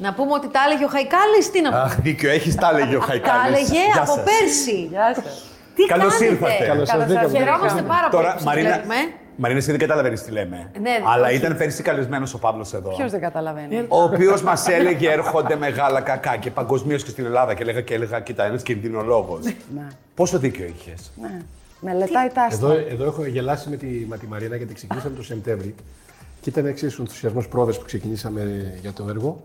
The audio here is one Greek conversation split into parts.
Να πούμε ότι τα έλεγε ο Χαϊκάλης, τι να πούμε. Αχ, δίκιο, έχεις τα έλεγε ο Χαϊκάλη. Τα έλεγε Γεια από σας. πέρσι. Γεια σας. Τι Καλώς κάνετε? ήρθατε. Καλώς σας δίκαμε. Χαιρόμαστε πάρα πολύ Τώρα, που σας Μαρίνα, βλέπουμε. Μαρίνα, εσύ δεν καταλαβαίνεις τι λέμε. Ναι, Αλλά όχι. ήταν πέρσι καλεσμένος ο Παύλος εδώ. Ποιος δεν καταλαβαίνει. Ο οποίος μας έλεγε έρχονται μεγάλα κακά και παγκοσμίως και στην Ελλάδα. Και έλεγα και έλεγα, κοίτα, ένας κινδυνολόγος. Ναι. Πόσο δίκιο είχες. Ναι. Μελετάει τα Εδώ, άστα. εδώ έχω γελάσει με τη, με τη Μαρίνα γιατί ξεκινήσαμε το Σεπτέμβρη και ήταν εξίσου ενθουσιασμός πρόοδο που ξεκινήσαμε για το έργο.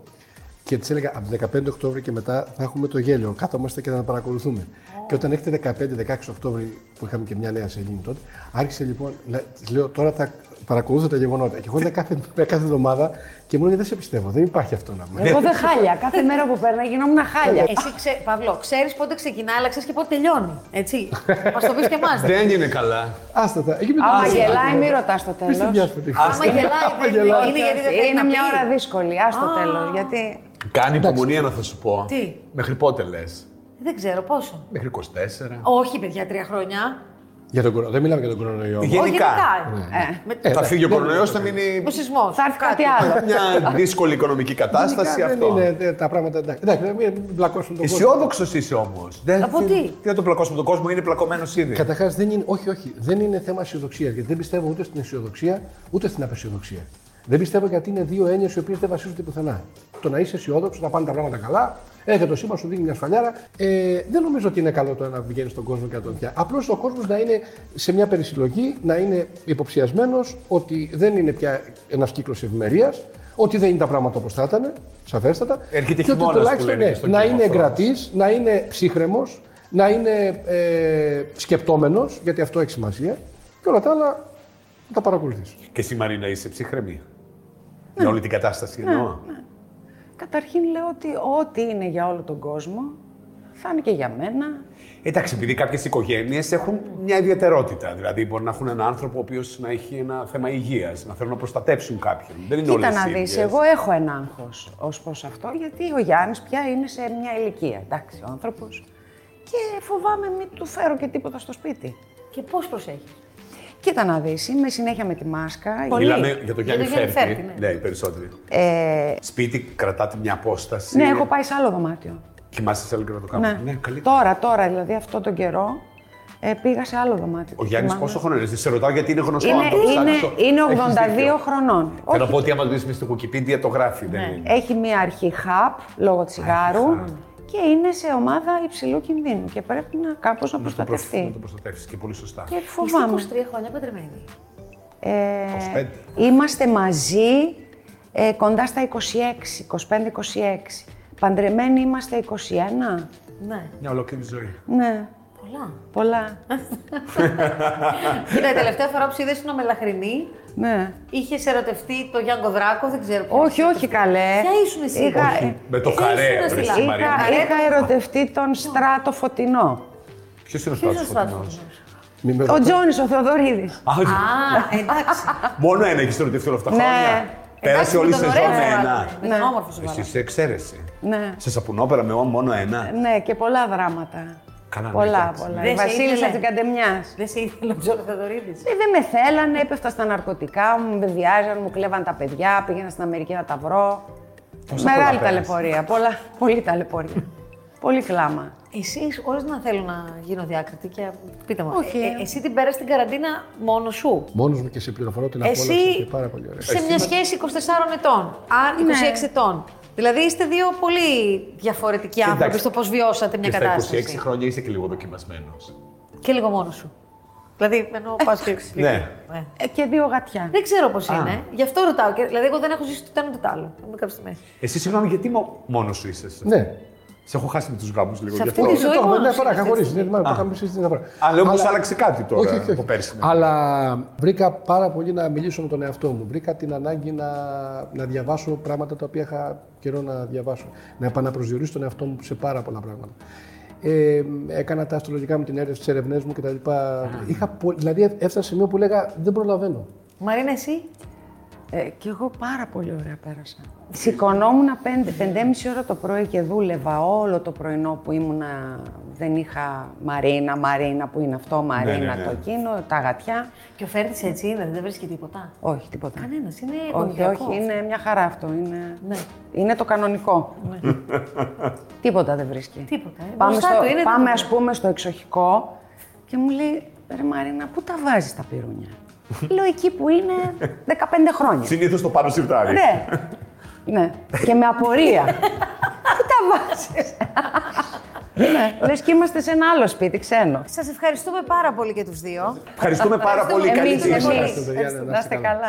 Και τη έλεγα από 15 Οκτώβρη και μετά θα έχουμε το γέλιο. Κάθομαστε και θα τα παρακολουθούμε. Και όταν έχετε 15-16 Οκτώβρη που είχαμε και μια νέα σελήνη τότε, άρχισε λοιπόν. να- της λέω τώρα θα παρακολουθώ τα γεγονότα. Και εγώ ήταν κάθε, κάθε εβδομάδα και μου έλεγε Δεν σε πιστεύω, δεν υπάρχει αυτό να μου. Εγώ δεν χάλια. Κάθε μέρα που παίρνα γινόμουν χάλια. Εσύ, ξε... Παύλο, ξέρεις πότε ξεκινά, αλλά ξέρεις και πότε τελειώνει. Έτσι. Μα το πεις και εμάς. Δεν είναι καλά. Άστα τα. Εκεί με το Άμα μάθαμε. γελάει, μη ρωτάς στο Πες την τέλος. διάσπορτη. Άμα γελάει, δεν είναι γιατί δεν θέλει Είναι να μια πει. ώρα δύσκολη. Α το τέλος. Γιατί. Κάνει υπομονή να θα σου πω. Τι? Μέχρι πότε λες. Δεν ξέρω πόσο. Μέχρι 24. Όχι, παιδιά, τρία χρόνια. Για τον κορο- Δεν μιλάμε για τον κορονοϊό. Γενικά. Ναι. Όχι, γενικά. Ε, Με... Θα φύγει ο κορονοϊό, θα μείνει Ο σεισμός. Θα έρθει κάτι άλλο. μια δύσκολη οικονομική κατάσταση Γενικά αυτό. Δεν είναι ε, τα πράγματα εντάξει. Εντάξει, να μην μπλακώσουν τον κόσμο. Αισιόδοξος είσαι όμως. Από τι? Τι να το πλακώσουμε τον κόσμο, είναι πλακωμένος ήδη. Καταρχάς, δεν είναι, όχι, όχι, δεν είναι θέμα αισιοδοξίας. Γιατί δεν πιστεύω ούτε στην αισιοδοξία ούτε στην απεσιοδοξία. Δεν πιστεύω γιατί είναι δύο έννοιες οι οποίες δεν βασίζονται πουθενά. Το να είσαι αισιόδοξος, να πάνε τα πράγματα καλά, έρχεται το σήμα, σου δίνει μια σφαλιάρα. Ε, δεν νομίζω ότι είναι καλό το να βγαίνει στον κόσμο και να τον πια. Απλώς ο κόσμος να είναι σε μια περισυλλογή, να είναι υποψιασμένος ότι δεν είναι πια ένας κύκλος ευημερίας, ότι δεν είναι τα πράγματα όπως θα ήταν, σαφέστατα. Έρχεται και ότι χειμώνας που τουλάχιστον, λένε και ναι, στο να κοινό είναι αυτό. εγκρατή της, να είναι ψύχρεμος, να είναι ε, σκεπτόμενος, γιατί αυτό έχει σημασία, και όλα τα άλλα να τα παρακολουθείς. Και εσύ, Μαρίνα, είσαι ψυχραιμή. Ναι. Για όλη την κατάσταση εννοώ. Καταρχήν λέω ότι ό,τι είναι για όλο τον κόσμο θα είναι και για μένα. Εντάξει, επειδή κάποιες οικογένειες έχουν μια ιδιαιτερότητα. Δηλαδή, μπορεί να έχουν έναν άνθρωπο ο οποίος να έχει ένα θέμα υγείας, να θέλουν να προστατεύσουν κάποιον. Δεν είναι όλε Κοίτα να δει, εγώ έχω ένα άγχος ως προς αυτό, γιατί ο Γιάννης πια είναι σε μια ηλικία. Εντάξει, ο άνθρωπος. Και φοβάμαι μην του φέρω και τίποτα στο σπίτι. Και πώς προσέχεις. Κοίτα να δεις, είμαι συνέχεια με τη μάσκα. Πολύ. Μιλάμε για τον Γιάννη Για τον Γιάννη Φέρτη. Φέρτη, Ναι, οι περισσότεροι. Ε, Σπίτι, κρατάτε μια απόσταση. ναι, έχω πάει σε άλλο δωμάτιο. Κοιμάστε σε άλλο καιρό το κάνουμε. Ναι. καλή. τώρα, τώρα, δηλαδή αυτόν τον καιρό ε, πήγα σε άλλο δωμάτιο. Ο Γιάννης Θυμάμαι. πόσο χρόνο είναι, σε ρωτάω γιατί είναι γνωστό είναι, αν το είναι, ψάξω. είναι Έχεις 82 δίκιο. χρονών. Θέλω Όχι, Ναι. Ε, να πω ότι άμα το δεις μες στο Wikipedia το γράφει. Δεν είναι. Έχει μία αρχή χαπ λόγω τσιγάρου και είναι σε ομάδα υψηλού κινδύνου και πρέπει να κάπως να Να το προσ- Να προστατευτεί. το προστατεύσεις και πολύ σωστά. Και Ε, φοβάμαι. Είστε 23 χρόνια παντρεμένοι. Ε, 25. είμαστε μαζί ε, κοντά στα 26, 25-26. Παντρεμένοι είμαστε 21. Ναι, Μια ολόκληρη ζωή. Ναι, πολλά. πολλά. Κοίτα, η τελευταία φορά που σε είδε στην Ομελαχρινή, ναι. είχες ερωτευτεί το Γιάνγκο Δράκο, δεν ξέρω ποιος. Όχι, όχι καλέ. Ποια ήσουν εσύ. Είχα, ε, Όχι. Με το Εσύ χαρέ, ήσουν στη βρε, Λάμπα. στη Μαρία. είχα, είχα ερωτευτεί τον Στράτο Φωτεινό. Ποιος είναι ο Ποιος είναι ο Στράτος Στράτος. Φωτεινός. Μην με Ο ρωτάτε. Τζόνης, ο Θεοδωρίδης. Α, Α, εντάξει. Μόνο ένα έχεις ερωτηθεί όλα αυτά τα Ναι. χρόνια. Εντάξει, Πέρασε όλη η με τον σεζόν ωραίο με Στράτο, ένα. Με τον Ναι. όμορφο σου Εσύ βάλα. είσαι εξαίρεση. Ναι. Σε σαπουνόπερα με ό, μόνο Ε, ένα. Ναι, και πολλά δράματα. Καλά, ναι, πολλά, εντάξει. πολλά. Δεν Η σε Βασίλισσα ήθελε. της Καντεμιά. Δεν σε ήθελε ο Τζόρο Θεοδωρίδη. Δεν με θέλανε, έπεφτα στα ναρκωτικά, μου βεβαιάζαν, μου κλέβαν τα παιδιά, πήγαινα στην Αμερική να τα βρω. Πόσα Μεγάλη πολλά ταλαιπωρία. Πολλά, πολύ ταλαιπωρία. πολύ κλάμα. Εσείς, χωρίς να θέλω να γίνω διάκριτη και πείτε μου. Όχι. ε, ε, εσύ την πέρασες την καραντίνα μόνος σου. Μόνος μου και σε πληροφορώ την Εσύ- απόλαυσα και πάρα πολύ ωραία. σε μια σχέση 24 ετών, Ναι. αν 26 ετών. Δηλαδή είστε δύο πολύ διαφορετικοί άνθρωποι Εντάξει. στο πώς βιώσατε μια Και στα 26 κατάσταση. χρόνια είσαι και λίγο δοκιμασμένος. Και λίγο μόνος σου. Δηλαδή, ενώ πας και. Ναι. Ε, Ε, και δύο γατιά. Δεν ξέρω πώς είναι. Γι' αυτό ρωτάω. Και- Δηλαδή, εγώ δεν έχω ζήσει ούτε ένα ούτε το άλλο. Να μην κάψει τη μέση. Εσύ, συγγνώμη, γιατί μόνος σου είσαι. σε- Ναι. Σε έχω χάσει με τους γάμους λίγο. Σε γι' αυτή αυτό. τη ζωή Το έχουμε, μόνος Ναι, σου παρά, είναι, χωρίς. έτσι. Ναι, μάλλον το είχαμε συζητήσει την φορά. Αλλά όμως άλλαξε κάτι τώρα όχι, όχι, όχι. από πέρσι. ναι. Αλλά βρήκα πάρα πολύ να μιλήσω με τον εαυτό μου. Βρήκα την ανάγκη να, να διαβάσω πράγματα τα οποία είχα καιρό να διαβάσω. Να επαναπροσδιορίσω τον εαυτό μου σε πάρα πολλά πράγματα. Ε, έκανα τα αστρολογικά μου την έρευνα, τις ερευνές μου κτλ. Είχα, πο- δηλαδή έφτασα σε σημείο που λέγα δεν προλαβαίνω. Μαρίνα, εσύ. Ε, και εγώ πάρα πολύ ωραία πέρασα. Σηκωνόμουν 5-5,5 ώρα το πρωί και δούλευα όλο το πρωινό που ήμουνα. Δεν είχα Μαρίνα, Μαρίνα που είναι αυτό, Μαρίνα ναι. το εκείνο, τα γατιά. Και ο Φέρτης έτσι είναι, δεν βρίσκει τίποτα. Όχι, τίποτα. Κανένας, είναι όχι, γονιδιακό. όχι, είναι μια χαρά αυτό. Είναι, Ναι. είναι το κανονικό. Ναι. Τίποτα δεν βρίσκει. Τίποτα, ε. Πάμε, Μπροστά στο, του είναι πάμε τίποτα. ας πούμε στο εξοχικό και μου λέει, ρε Μαρίνα, πού τα βάζεις τα πυρούνια. Λέω εκεί που είναι 15 χρόνια. Συνήθως το πάνω σιρτάρι. ναι. ναι. Και με απορία. πού τα βάζεις. ναι. Λες και είμαστε σε ένα άλλο σπίτι, ξένο. Σας ευχαριστούμε πάρα πολύ και τους δύο. Ευχαριστούμε πάρα πολύ. Ευχαριστούμε. Καλή Εμείς, τύχη. εμείς. Ευχαριστούμε, παιδιά, να είστε Να είστε καλά.